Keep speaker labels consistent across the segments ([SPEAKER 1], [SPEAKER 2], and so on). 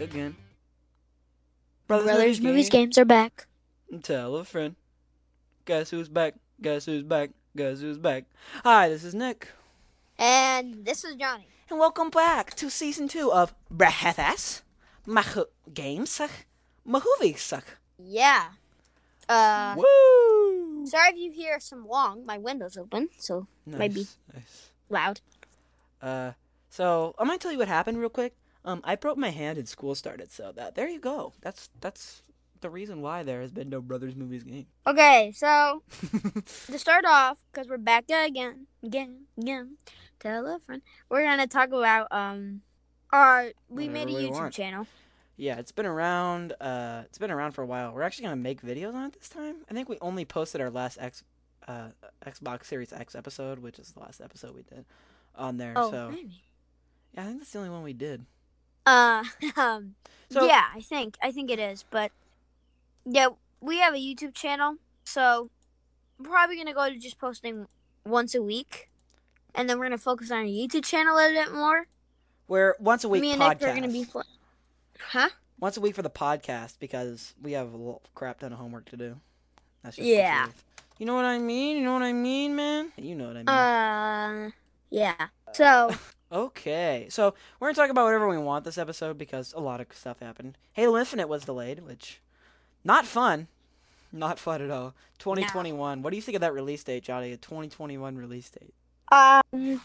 [SPEAKER 1] again.
[SPEAKER 2] Brothers,
[SPEAKER 3] Brothers Movies games are back.
[SPEAKER 1] Tell a friend. Guess who's back? Guess who's back? Guess who's back? Hi, this is Nick,
[SPEAKER 3] And this is Johnny.
[SPEAKER 1] and welcome back to season two of Brehathas Mahu Gamesach Mahuvisach.
[SPEAKER 3] Yeah. Uh,
[SPEAKER 1] Woo!
[SPEAKER 3] sorry if you hear some wrong. My window's open, so maybe
[SPEAKER 1] Nice, nice.
[SPEAKER 3] loud.
[SPEAKER 1] Uh, so I'm gonna tell you what happened real quick. Um, I broke my hand and school started, so that there you go. That's that's the reason why there has been no brothers movies game.
[SPEAKER 3] Okay, so to start off, because we're back again, again, again, tell a friend. We're gonna talk about um our we
[SPEAKER 1] Whatever
[SPEAKER 3] made a
[SPEAKER 1] we
[SPEAKER 3] YouTube
[SPEAKER 1] want.
[SPEAKER 3] channel.
[SPEAKER 1] yeah, it's been around. Uh, it's been around for a while. We're actually gonna make videos on it this time. I think we only posted our last X, uh, Xbox Series X episode, which is the last episode we did on there.
[SPEAKER 3] Oh,
[SPEAKER 1] So
[SPEAKER 3] maybe.
[SPEAKER 1] yeah, I think that's the only one we did.
[SPEAKER 3] Uh, um,
[SPEAKER 1] So
[SPEAKER 3] yeah, I think I think it is, but yeah, we have a YouTube channel, so I'm probably gonna go to just posting once a week, and then we're gonna focus on our YouTube channel a little bit more.
[SPEAKER 1] we're once a week
[SPEAKER 3] Me and
[SPEAKER 1] podcast.
[SPEAKER 3] Nick are gonna be, fl- huh?
[SPEAKER 1] once a week for the podcast because we have a little crap ton of homework to do. That's just
[SPEAKER 3] Yeah.
[SPEAKER 1] The truth. You know what I mean? You know what I mean, man? You know what I mean. Mm-hmm.
[SPEAKER 3] Uh, yeah. So
[SPEAKER 1] okay. So we're gonna talk about whatever we want this episode because a lot of stuff happened. Halo Infinite was delayed, which not fun. Not fun at all. Twenty twenty one. What do you think of that release date, Johnny? A twenty twenty one release date.
[SPEAKER 3] um.
[SPEAKER 1] It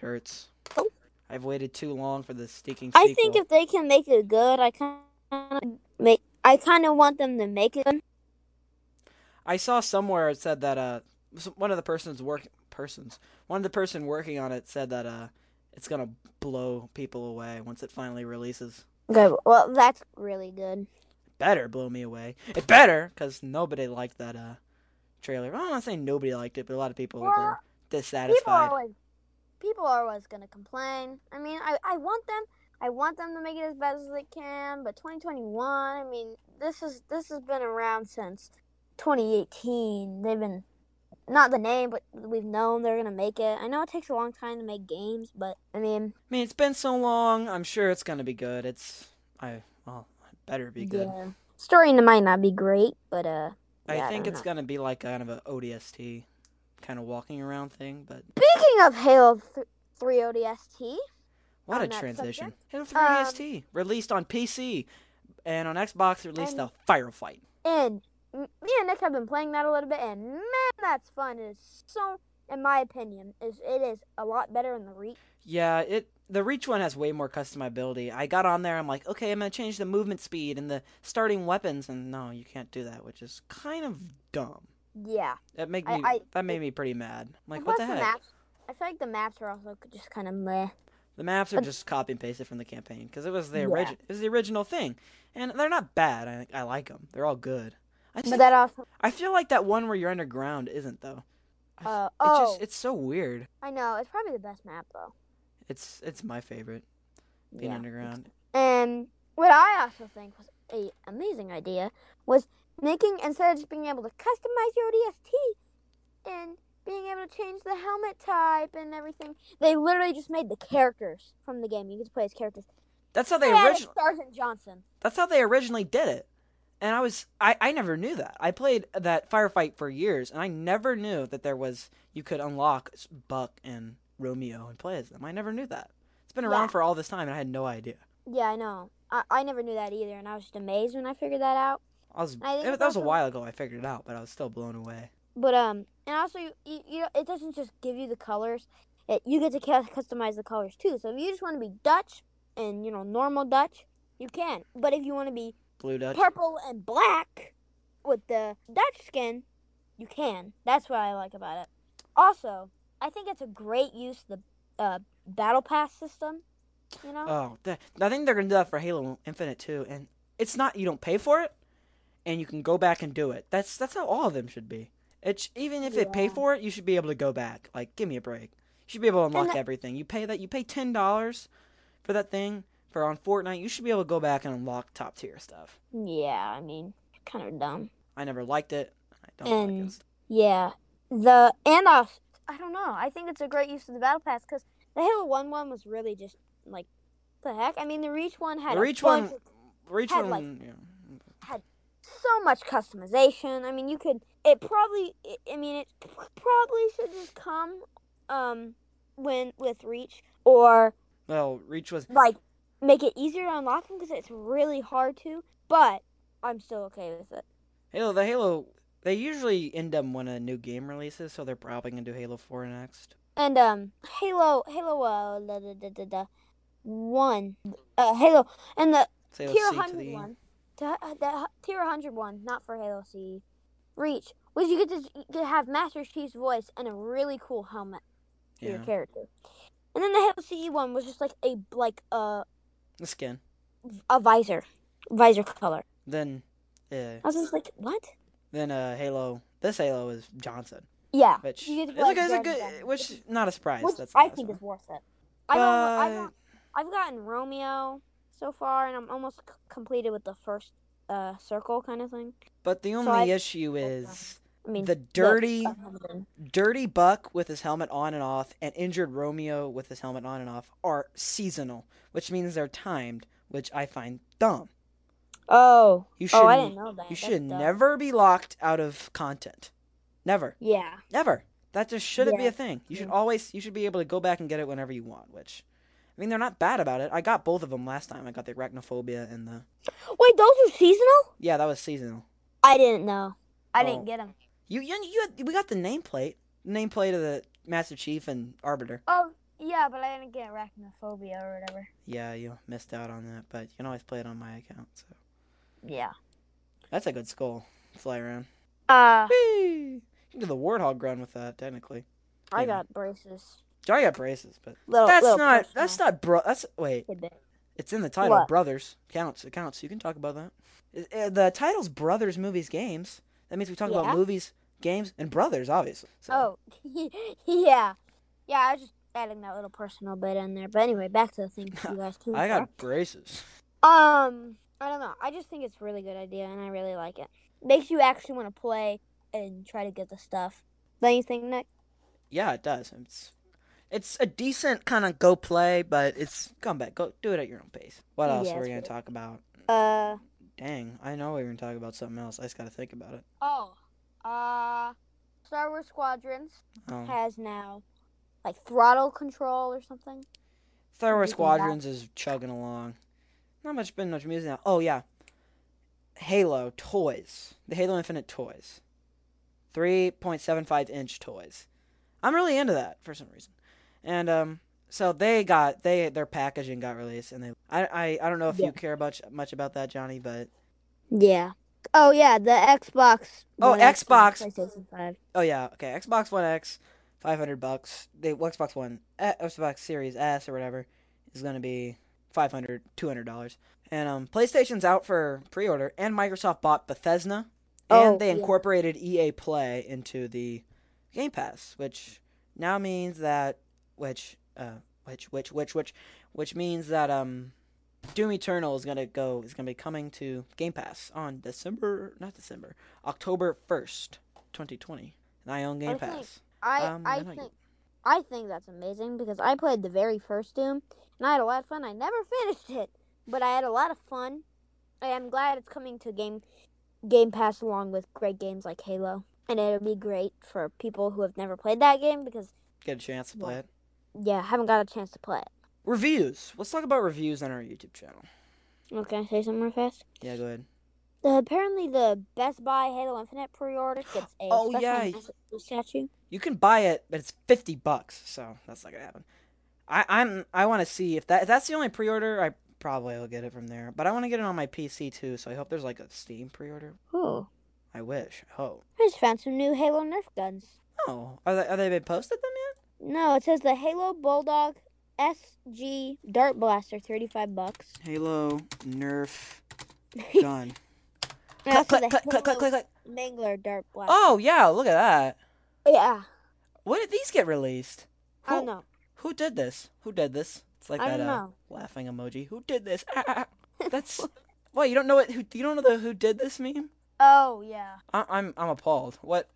[SPEAKER 1] hurts.
[SPEAKER 3] Oh.
[SPEAKER 1] I've waited too long for this stinking sequel.
[SPEAKER 3] I think if they can make it good, I kind of make. I kind of want them to make it. Good.
[SPEAKER 1] I saw somewhere it said that uh s- one of the persons work persons one of the person working on it said that uh it's gonna blow people away once it finally releases.
[SPEAKER 3] Okay, well, that's really good.
[SPEAKER 1] Better blow me away. It better because nobody liked that uh trailer. Well, I'm not saying nobody liked it, but a lot of people were
[SPEAKER 3] Well, People are
[SPEAKER 1] dissatisfied.
[SPEAKER 3] always, people are always gonna complain. I mean, I, I want them, I want them to make it as best as they can. But 2021, I mean, this is this has been around since 2018. They've been, not the name, but we've known they're gonna make it. I know it takes a long time to make games, but I mean,
[SPEAKER 1] I mean, it's been so long. I'm sure it's gonna be good. It's I well, it better be good.
[SPEAKER 3] yeah, story might not be great, but uh,
[SPEAKER 1] I
[SPEAKER 3] yeah, I
[SPEAKER 1] think
[SPEAKER 3] don't
[SPEAKER 1] it's
[SPEAKER 3] know.
[SPEAKER 1] gonna be like kind of a ODST kind of walking around thing, but
[SPEAKER 3] Speaking of Halo th- 3 ODST,
[SPEAKER 1] What a
[SPEAKER 3] on that
[SPEAKER 1] transition.
[SPEAKER 3] subject.
[SPEAKER 1] Halo 3
[SPEAKER 3] Um,
[SPEAKER 1] DST released on PC and on Xbox released
[SPEAKER 3] And-
[SPEAKER 1] the Firefight.
[SPEAKER 3] and m- me and Nick have been playing that a little bit, and man, that's fun. It's so, in my opinion, is it is a lot better in the re.
[SPEAKER 1] Yeah, it the Reach one has way more customability. I got on there, I'm like, okay, I'm gonna change the movement speed and the starting weapons, and no, you can't do that, which is kind of dumb.
[SPEAKER 3] Yeah,
[SPEAKER 1] That make me
[SPEAKER 3] I- I-
[SPEAKER 1] that made me pretty mad. I'm like,
[SPEAKER 3] And
[SPEAKER 1] what
[SPEAKER 3] plus
[SPEAKER 1] the heck?
[SPEAKER 3] maps. I feel like the maps are also c- just kind of meh.
[SPEAKER 1] The maps are
[SPEAKER 3] But-
[SPEAKER 1] just copy and pasted from the campaign because it was the
[SPEAKER 3] Yeah.
[SPEAKER 1] origi- it was the original thing, and they're not bad. I I like them. They're all good. I just,
[SPEAKER 3] But that also,
[SPEAKER 1] I feel like that one where you're underground isn't though. I-
[SPEAKER 3] Uh,
[SPEAKER 1] it's
[SPEAKER 3] oh.
[SPEAKER 1] just it's so weird.
[SPEAKER 3] I know it's probably the best map though.
[SPEAKER 1] It's it's my favorite being
[SPEAKER 3] Yeah.
[SPEAKER 1] underground.
[SPEAKER 3] And what I also think was a amazing idea was making instead of just being able to customize your ODST and being able to change the helmet type and everything, they literally just made the characters from the game. You get to play as characters.
[SPEAKER 1] That's how they
[SPEAKER 3] added
[SPEAKER 1] originally.
[SPEAKER 3] Sergeant Johnson.
[SPEAKER 1] That's how they originally did it. And I was I I never knew that. I played that firefight for years, and I never knew that there was you could unlock s- Buck and Romeo and play as them. I never knew that. It's been around
[SPEAKER 3] Yeah.
[SPEAKER 1] for all this time, and I had no idea.
[SPEAKER 3] Yeah, I know. I, I never knew that either, and I was just amazed when I figured that out.
[SPEAKER 1] I was
[SPEAKER 3] I think
[SPEAKER 1] it-
[SPEAKER 3] it's
[SPEAKER 1] that was a
[SPEAKER 3] also-
[SPEAKER 1] while ago. I figured it out, but I was still blown away.
[SPEAKER 3] But um, and also you, you, you know, it doesn't just give you the colors. It, you get to cu- customize the colors too. So if you just want to be Dutch and you know normal Dutch, you can. But if you want to be
[SPEAKER 1] Blue Dutch.
[SPEAKER 3] purple and black with the Dutch skin, you can. That's what I like about it. Also, I think it's a great use of the uh, battle pass system. You know,
[SPEAKER 1] Oh, that, I think they're gonna do that for Halo Infinite too. And it's not you don't pay for it, and you can go back and do it. That's that's how all of them should be. It's even if they pay
[SPEAKER 3] Yeah.
[SPEAKER 1] for it, you should be able to go back. Like, give me a break. You should be able to unlock
[SPEAKER 3] that-
[SPEAKER 1] everything. You pay that. You pay ten dollars for that thing for on Fortnite. You should be able to go back and unlock top tier stuff.
[SPEAKER 3] yeah. I mean, kind of dumb.
[SPEAKER 1] I never liked it. I don't like
[SPEAKER 3] And-
[SPEAKER 1] it.
[SPEAKER 3] Yeah, the and uh, I don't know. I think it's a great use of the battle pass because the Halo One one was really just like The heck? I mean, the Reach one had
[SPEAKER 1] The
[SPEAKER 3] a
[SPEAKER 1] Reach
[SPEAKER 3] bunch
[SPEAKER 1] one-
[SPEAKER 3] of-
[SPEAKER 1] Reach
[SPEAKER 3] Had,
[SPEAKER 1] one.
[SPEAKER 3] like,
[SPEAKER 1] yeah.
[SPEAKER 3] so much customization. I mean, you could. It probably. It, I mean, it probably should just come, um, when with Reach or
[SPEAKER 1] Well, Reach was
[SPEAKER 3] like make it easier to unlock them because it's really hard to. But I'm still okay with it.
[SPEAKER 1] Halo. The Halo. They usually end them when a new game releases, so they're probably gonna do Halo Four next.
[SPEAKER 3] And um, Halo, Halo, uh, da, da, da, da, da, one, uh, Halo, and the
[SPEAKER 1] It's Halo
[SPEAKER 3] tier
[SPEAKER 1] C to the
[SPEAKER 3] hundred
[SPEAKER 1] E.
[SPEAKER 3] one, the, the tier hundred one, not for Halo C, Reach, was you get to you get to have Master Chief's voice and a really cool helmet for
[SPEAKER 1] Yeah.
[SPEAKER 3] your character. And then the Halo CE one was just like a like a
[SPEAKER 1] The skin.
[SPEAKER 3] a visor, visor color.
[SPEAKER 1] Then, uh,
[SPEAKER 3] I was just like, what?
[SPEAKER 1] then uh, Halo. This Halo is Johnson,
[SPEAKER 3] Yeah,
[SPEAKER 1] which
[SPEAKER 3] You
[SPEAKER 1] is
[SPEAKER 3] get
[SPEAKER 1] a,
[SPEAKER 3] to play
[SPEAKER 1] is a
[SPEAKER 3] Dragon
[SPEAKER 1] good,
[SPEAKER 3] Ball.
[SPEAKER 1] which is not a surprise.
[SPEAKER 3] which
[SPEAKER 1] That's the
[SPEAKER 3] I
[SPEAKER 1] last
[SPEAKER 3] think
[SPEAKER 1] one.
[SPEAKER 3] is worth it. I don't, I
[SPEAKER 1] But-
[SPEAKER 3] don't, I've gotten Romeo so far, and I'm almost c- completed with the first uh, circle kind of thing.
[SPEAKER 1] But the only
[SPEAKER 3] I-
[SPEAKER 1] issue is
[SPEAKER 3] I mean,
[SPEAKER 1] the
[SPEAKER 3] the-
[SPEAKER 1] dirty,
[SPEAKER 3] um,
[SPEAKER 1] dirty Buck with his helmet on and off, and injured Romeo with his helmet on and off are seasonal, which means they're timed, which I find dumb.
[SPEAKER 3] Oh,
[SPEAKER 1] You should,
[SPEAKER 3] oh, I didn't know that.
[SPEAKER 1] you
[SPEAKER 3] That's
[SPEAKER 1] should
[SPEAKER 3] dumb.
[SPEAKER 1] never be locked out of content, never,
[SPEAKER 3] Yeah,
[SPEAKER 1] never. That just shouldn't be
[SPEAKER 3] Yeah.
[SPEAKER 1] a thing. You should
[SPEAKER 3] Yeah.
[SPEAKER 1] always, you should be able to go back and get it whenever you want. Which, I mean, they're not bad about it. I got both of them last time. I got the arachnophobia and the
[SPEAKER 3] wait, those are seasonal?
[SPEAKER 1] yeah, that was seasonal.
[SPEAKER 3] I didn't know. I
[SPEAKER 1] Oh.
[SPEAKER 3] didn't get them.
[SPEAKER 1] You you, you had, we got the nameplate, nameplate of the Master Chief and Arbiter.
[SPEAKER 3] Oh, yeah, but I didn't get arachnophobia or whatever.
[SPEAKER 1] Yeah, you missed out on that, but you can always play it on my account. So
[SPEAKER 3] Yeah.
[SPEAKER 1] that's a good skull fly around.
[SPEAKER 3] Uh,
[SPEAKER 1] Whee! You can do the warthog run with that technically.
[SPEAKER 3] I
[SPEAKER 1] Yeah.
[SPEAKER 3] got braces.
[SPEAKER 1] I got braces, but
[SPEAKER 3] Little,
[SPEAKER 1] Hmm. that's
[SPEAKER 3] little
[SPEAKER 1] not
[SPEAKER 3] Oh, personal
[SPEAKER 1] that's not bro. That's wait,
[SPEAKER 3] tidbit.
[SPEAKER 1] it's in the title.
[SPEAKER 3] What?
[SPEAKER 1] Brothers counts. It counts. You can talk about that. It- it- The title's brothers, movies, games. That means we talk
[SPEAKER 3] Yeah.
[SPEAKER 1] about movies, games, and brothers, obviously. So,
[SPEAKER 3] Oh, yeah, yeah. I was just adding that little personal bit in there. But anyway, back to the thing you guys. came
[SPEAKER 1] I
[SPEAKER 3] for.
[SPEAKER 1] got braces.
[SPEAKER 3] Um, I don't know. I just think it's a really good idea, and I really like it. Makes you actually want to play and try to get the stuff. Don't you think, Nick?
[SPEAKER 1] Yeah, it does. It's it's a decent kind of go play, but it's come back. Go do it at your own pace. What else
[SPEAKER 3] Yeah,
[SPEAKER 1] are we
[SPEAKER 3] that's
[SPEAKER 1] gonna
[SPEAKER 3] right.
[SPEAKER 1] talk about?
[SPEAKER 3] Uh
[SPEAKER 1] Dang, I know we were gonna talk about something else. I just gotta think about it.
[SPEAKER 3] oh. Uh, Star Wars Squadrons
[SPEAKER 1] Oh.
[SPEAKER 3] has now like throttle control or something.
[SPEAKER 1] Star Wars
[SPEAKER 3] Music and that.
[SPEAKER 1] Squadrons is chugging along. Not much been much music now. Oh yeah. Halo toys. The Halo Infinite toys. 3.75 inch toys. I'm really into that for some reason. And um so they got they their packaging got released and they I I, I don't know if
[SPEAKER 3] Yeah.
[SPEAKER 1] you care much much about that Johnny, but
[SPEAKER 3] Yeah. Oh yeah, the Xbox.
[SPEAKER 1] Oh,
[SPEAKER 3] One X and
[SPEAKER 1] Xbox.
[SPEAKER 3] PlayStation Five.
[SPEAKER 1] Oh yeah, okay. Xbox One X, five hundred bucks. The Xbox One, eh, Xbox Series S or whatever, is gonna be 500 200 dollars. And um, PlayStation's out for pre-order, and Microsoft bought Bethesda, and
[SPEAKER 3] Oh,
[SPEAKER 1] they
[SPEAKER 3] yeah.
[SPEAKER 1] incorporated EA Play into the Game Pass, which now means that which uh which which which which which means that um Doom Eternal is gonna go is gonna be coming to Game Pass on December not December October first, 2020. And I own Game
[SPEAKER 3] I think-
[SPEAKER 1] Pass.
[SPEAKER 3] I
[SPEAKER 1] Um, I
[SPEAKER 3] I
[SPEAKER 1] don't get-
[SPEAKER 3] think I think that's amazing because I played the very first Doom and I had a lot of fun. I never finished it, but I had a lot of fun. And I'm glad it's coming to game Game Pass along with great games like Halo. And it'll be great for people who have never played that game because
[SPEAKER 1] Get a chance to play
[SPEAKER 3] Yeah.
[SPEAKER 1] it.
[SPEAKER 3] yeah, haven't got a chance to play it.
[SPEAKER 1] Reviews. Let's talk about reviews on our YouTube channel.
[SPEAKER 3] Oh, can I say something real fast?
[SPEAKER 1] Yeah, go ahead.
[SPEAKER 3] The, apparently, the Best Buy Halo Infinite pre-order gets a
[SPEAKER 1] Oh,
[SPEAKER 3] special
[SPEAKER 1] yeah.
[SPEAKER 3] master Chief statue.
[SPEAKER 1] You can buy it, but it's fifty bucks, so that's not gonna happen. I, I'm I want to see if that if that's the only pre-order. I probably will get it from there, but I want to get it on my PC too. So I hope there's like a Steam pre-order.
[SPEAKER 3] Oh,
[SPEAKER 1] I wish. Oh,
[SPEAKER 3] I just found some new Halo Nerf guns.
[SPEAKER 1] oh, are they are they been posted them yet?
[SPEAKER 3] No, it says the Halo Bulldog SG Dart Blaster, thirty-five bucks.
[SPEAKER 1] Halo Nerf
[SPEAKER 3] And
[SPEAKER 1] gun.
[SPEAKER 3] also
[SPEAKER 1] click, click,
[SPEAKER 3] the
[SPEAKER 1] click, click, click,
[SPEAKER 3] Halo
[SPEAKER 1] click, click.
[SPEAKER 3] Mangler Dart Blaster.
[SPEAKER 1] Oh yeah, look at that.
[SPEAKER 3] yeah.
[SPEAKER 1] When did these get released?
[SPEAKER 3] I don't
[SPEAKER 1] Who-
[SPEAKER 3] know.
[SPEAKER 1] Who did this? Who did this? It's like
[SPEAKER 3] I
[SPEAKER 1] that
[SPEAKER 3] don't
[SPEAKER 1] uh,
[SPEAKER 3] know.
[SPEAKER 1] laughing emoji. Who did this? Ah, ah, ah. That's what you don't know. What who you don't know the who did this meme?
[SPEAKER 3] Oh yeah.
[SPEAKER 1] I, I'm I'm appalled. What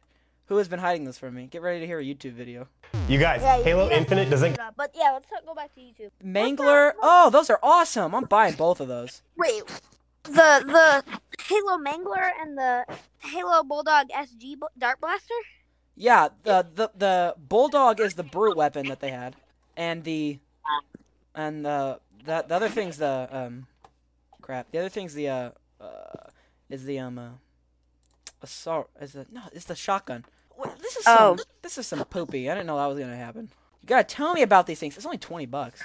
[SPEAKER 1] Who has been hiding this from me? Get ready to hear a YouTube video.
[SPEAKER 4] You guys,
[SPEAKER 3] Yeah, you-
[SPEAKER 4] Halo
[SPEAKER 3] you guys
[SPEAKER 4] Infinite
[SPEAKER 3] don't
[SPEAKER 4] doesn't
[SPEAKER 3] look it up, But yeah, let's not go back to YouTube.
[SPEAKER 1] Mangler. Oh, those are awesome. I'm buying both of those.
[SPEAKER 3] Wait, the the Halo Mangler and the Halo Bulldog SG bu- Dart Blaster.
[SPEAKER 1] Yeah, the the the bulldog is the brute weapon that they had, and the and the the, the other thing's the um crap. The other thing's the uh, uh is the um uh, assault is the no it's the shotgun. Wait, this is some,
[SPEAKER 5] Oh.
[SPEAKER 1] this is some poopy. I didn't know that was gonna happen. You gotta tell me about these things. It's only twenty bucks.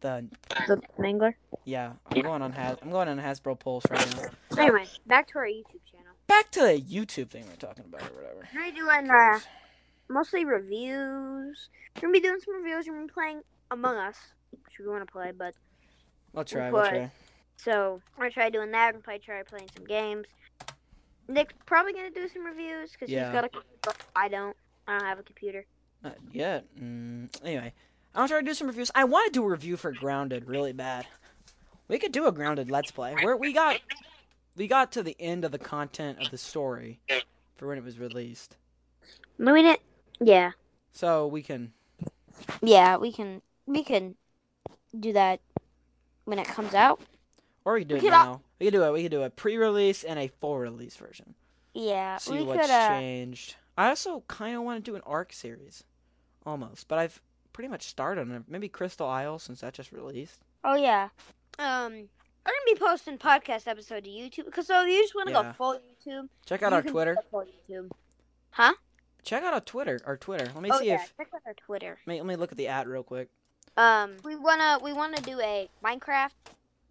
[SPEAKER 1] The
[SPEAKER 5] The mangler.
[SPEAKER 1] yeah, I'm going on Has I'm going on Hasbro Pulse right now.
[SPEAKER 3] Anyway, back to our YouTube channel.
[SPEAKER 1] Back to the YouTube thing we are talking about or whatever.
[SPEAKER 3] We're gonna be doing uh, mostly reviews. We're gonna be doing some reviews. We're gonna be playing Among Us, which we want to play, but
[SPEAKER 1] I'll try. I'll
[SPEAKER 3] But-
[SPEAKER 1] try.
[SPEAKER 3] so we're gonna try doing that. and probably try playing some games. Nick's probably gonna do some reviews because
[SPEAKER 1] Yeah.
[SPEAKER 3] he's got a computer. I don't. I don't have a computer.
[SPEAKER 1] Not yet. Mm, anyway, I'm trying to do some reviews. I want to do a review for Grounded really bad. We could do a Grounded Let's Play. Where we got we got to the end of the content of the story for when it was released,
[SPEAKER 3] I mean it. Yeah.
[SPEAKER 1] so we can.
[SPEAKER 3] Yeah, we can we can do that when it comes out.
[SPEAKER 1] Or we could do
[SPEAKER 3] We
[SPEAKER 1] it
[SPEAKER 3] could al-
[SPEAKER 1] now. We could do it. We could do a pre-release and a full-release version.
[SPEAKER 3] Yeah,
[SPEAKER 1] See
[SPEAKER 3] we
[SPEAKER 1] what's
[SPEAKER 3] could. Uh,
[SPEAKER 1] changed. I also kind of want to do an arc series, almost. But I've pretty much started on it. Maybe Crystal Isle since that just released.
[SPEAKER 3] oh yeah. Um, we're gonna be posting podcast episode to YouTube because so if you just want to
[SPEAKER 1] Yeah.
[SPEAKER 3] go full YouTube,
[SPEAKER 1] Check out
[SPEAKER 3] you
[SPEAKER 1] our
[SPEAKER 3] can go
[SPEAKER 1] Twitter.
[SPEAKER 3] full YouTube.
[SPEAKER 1] Check out our Twitter. Our Twitter. Let me
[SPEAKER 3] Oh
[SPEAKER 1] see
[SPEAKER 3] yeah,
[SPEAKER 1] if
[SPEAKER 3] check out our Twitter.
[SPEAKER 1] Let me, let me look at the ad real quick.
[SPEAKER 3] Um, we wanna we wanna do a Minecraft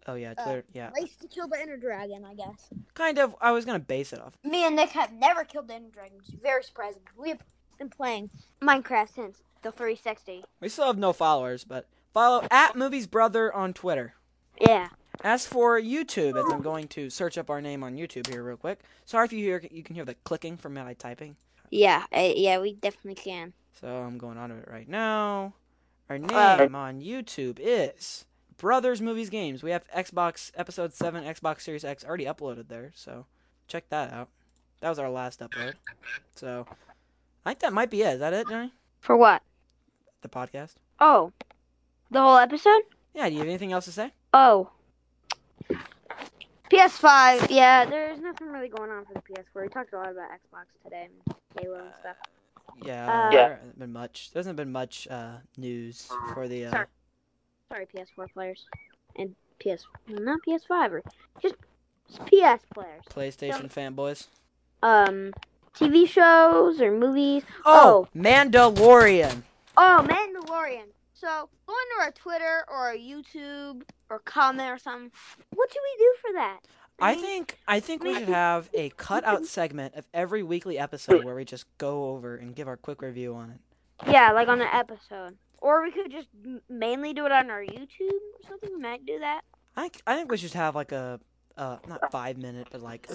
[SPEAKER 1] Oh yeah,
[SPEAKER 3] Uh,
[SPEAKER 1] Twitter. yeah,
[SPEAKER 3] race to kill the Ender Dragon. I guess
[SPEAKER 1] kind of. I was gonna base it off.
[SPEAKER 3] me and Nick have never killed the Ender Dragon, which is very surprising. We have been playing Minecraft since the 360.
[SPEAKER 1] We still have no followers, but follow at movies brother on Twitter.
[SPEAKER 3] Yeah.
[SPEAKER 1] As for YouTube, as I'm going to search up our name on YouTube here real quick. Sorry if you hear you can hear the clicking from my typing.
[SPEAKER 3] Yeah, uh, yeah, we definitely can.
[SPEAKER 1] So I'm going on to it right now. Our name
[SPEAKER 3] Uh,
[SPEAKER 1] on YouTube is Brothers Movies Games. We have Xbox Episode 7, Xbox Series X already uploaded there, so check that out. That was our last upload. So I think that might be it. Is that it, Johnny?
[SPEAKER 3] For what?
[SPEAKER 1] The podcast?
[SPEAKER 3] Oh, the whole episode?
[SPEAKER 1] Yeah, do you have anything else to say?
[SPEAKER 3] Oh. PS5. Yeah, there's nothing really going on for the PS4. We talked a lot about Xbox today and Halo and stuff.
[SPEAKER 1] Yeah,
[SPEAKER 3] Uh,
[SPEAKER 1] there hasn't been much. There hasn't been much uh, news for the. Uh,
[SPEAKER 3] Sorry. Sorry, PS4 players and PS not PS5 or just PS players.
[SPEAKER 1] PlayStation fanboys.
[SPEAKER 3] Um, TV shows or movies.
[SPEAKER 1] Oh, Mandalorian.
[SPEAKER 3] Oh, Mandalorian. So go into our Twitter or our YouTube or comment or something. What do we do for that?
[SPEAKER 1] I
[SPEAKER 3] mean,
[SPEAKER 1] think I think we
[SPEAKER 3] I
[SPEAKER 1] should
[SPEAKER 3] think-
[SPEAKER 1] have a cutout segment of every weekly episode where we just go over and give our quick review on it.
[SPEAKER 3] Yeah, like on an episode. Or we could just m- mainly do it on our YouTube or something. We might do that.
[SPEAKER 1] I think, I think we should have like a uh not five minute but like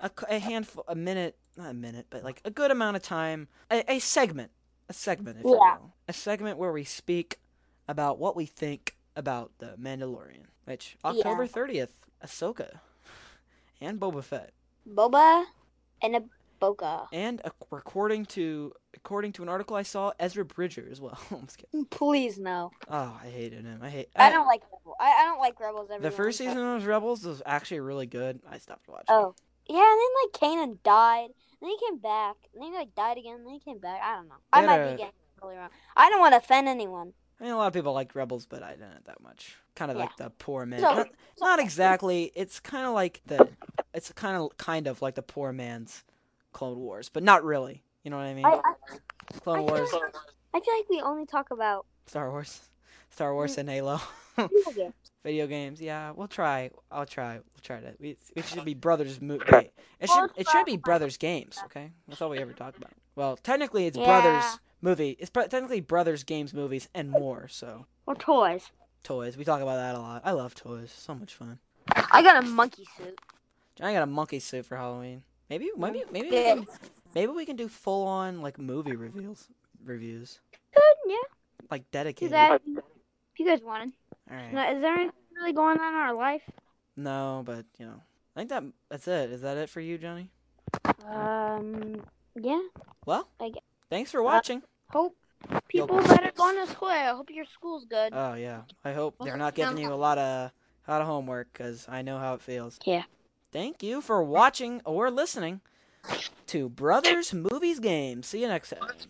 [SPEAKER 1] a, a, c- a handful a minute not a minute but like a good amount of time a, a segment a segment if you
[SPEAKER 3] Yeah.
[SPEAKER 1] will a segment where we speak about what we think about the Mandalorian which
[SPEAKER 3] Yeah.
[SPEAKER 1] October thirtieth Ahsoka and Boba Fett
[SPEAKER 3] Boba and a Boca.
[SPEAKER 1] and a, according to according to an article I saw Ezra Bridger as well I'm just kidding.
[SPEAKER 3] Please no.
[SPEAKER 1] oh I hated him I hate
[SPEAKER 3] I, don't like Rebels. I, I don't like Rebels.
[SPEAKER 1] Uh, the
[SPEAKER 3] everyone,
[SPEAKER 1] first
[SPEAKER 3] but-
[SPEAKER 1] season of Rebels was actually really good I stopped watching
[SPEAKER 3] Oh. Yeah, and then like Kanan died. and Then he came back. And then he like died again. And then he came back. I don't know. I
[SPEAKER 1] They
[SPEAKER 3] might
[SPEAKER 1] had a-
[SPEAKER 3] be getting really wrong. I don't want to offend anyone.
[SPEAKER 1] I mean, a lot of people liked Rebels, but I didn't that much. Kind of
[SPEAKER 3] Yeah.
[SPEAKER 1] like the poor man.
[SPEAKER 3] So-
[SPEAKER 1] not, not exactly. It's kind of like the. It's kind of kind of like the poor man's Clone Wars, but not really. You know what I mean?
[SPEAKER 3] I, I,
[SPEAKER 1] Clone
[SPEAKER 3] I
[SPEAKER 1] Wars,
[SPEAKER 3] feel like, I feel like we only talk about
[SPEAKER 1] Star Wars, Star Wars,
[SPEAKER 3] Mm.
[SPEAKER 1] and Halo.
[SPEAKER 3] video games.
[SPEAKER 1] Video games. Yeah, we'll try. I'll try. We'll try to. We, it should be brothers. Mo- wait, it should. It should be brothers games. Okay, that's all we ever talk about. Well, technically, it's
[SPEAKER 3] Yeah.
[SPEAKER 1] brothers movie. It's pro- technically brothers games, movies, and more. So
[SPEAKER 3] or toys.
[SPEAKER 1] toys. We talk about that a lot. I love toys. So much fun.
[SPEAKER 3] I got a monkey suit.
[SPEAKER 1] I got a monkey suit for Halloween. Maybe, maybe, maybe,
[SPEAKER 3] Yeah.
[SPEAKER 1] we can, maybe we can do full on like movie reveals, reviews,
[SPEAKER 3] Good, yeah.
[SPEAKER 1] like
[SPEAKER 3] Do
[SPEAKER 1] dedicated.
[SPEAKER 3] that. if you- If you guys wanted.
[SPEAKER 1] All right.
[SPEAKER 3] Now, is there anything really going on in our life?
[SPEAKER 1] No, but you know, I think that that's it. Is that it for you, Johnny?
[SPEAKER 3] Um, yeah.
[SPEAKER 1] Well,
[SPEAKER 3] I uh, guess.
[SPEAKER 1] thanks for watching.
[SPEAKER 3] Hope
[SPEAKER 1] You'll-
[SPEAKER 3] people that are going to school. I hope your school's good.
[SPEAKER 1] Oh yeah, I hope they're
[SPEAKER 3] Well,
[SPEAKER 1] not giving you a lot of a lot of homework because I know how it feels.
[SPEAKER 3] Yeah.
[SPEAKER 1] Thank you for watching or listening to Brothers Movies Games. See you next time.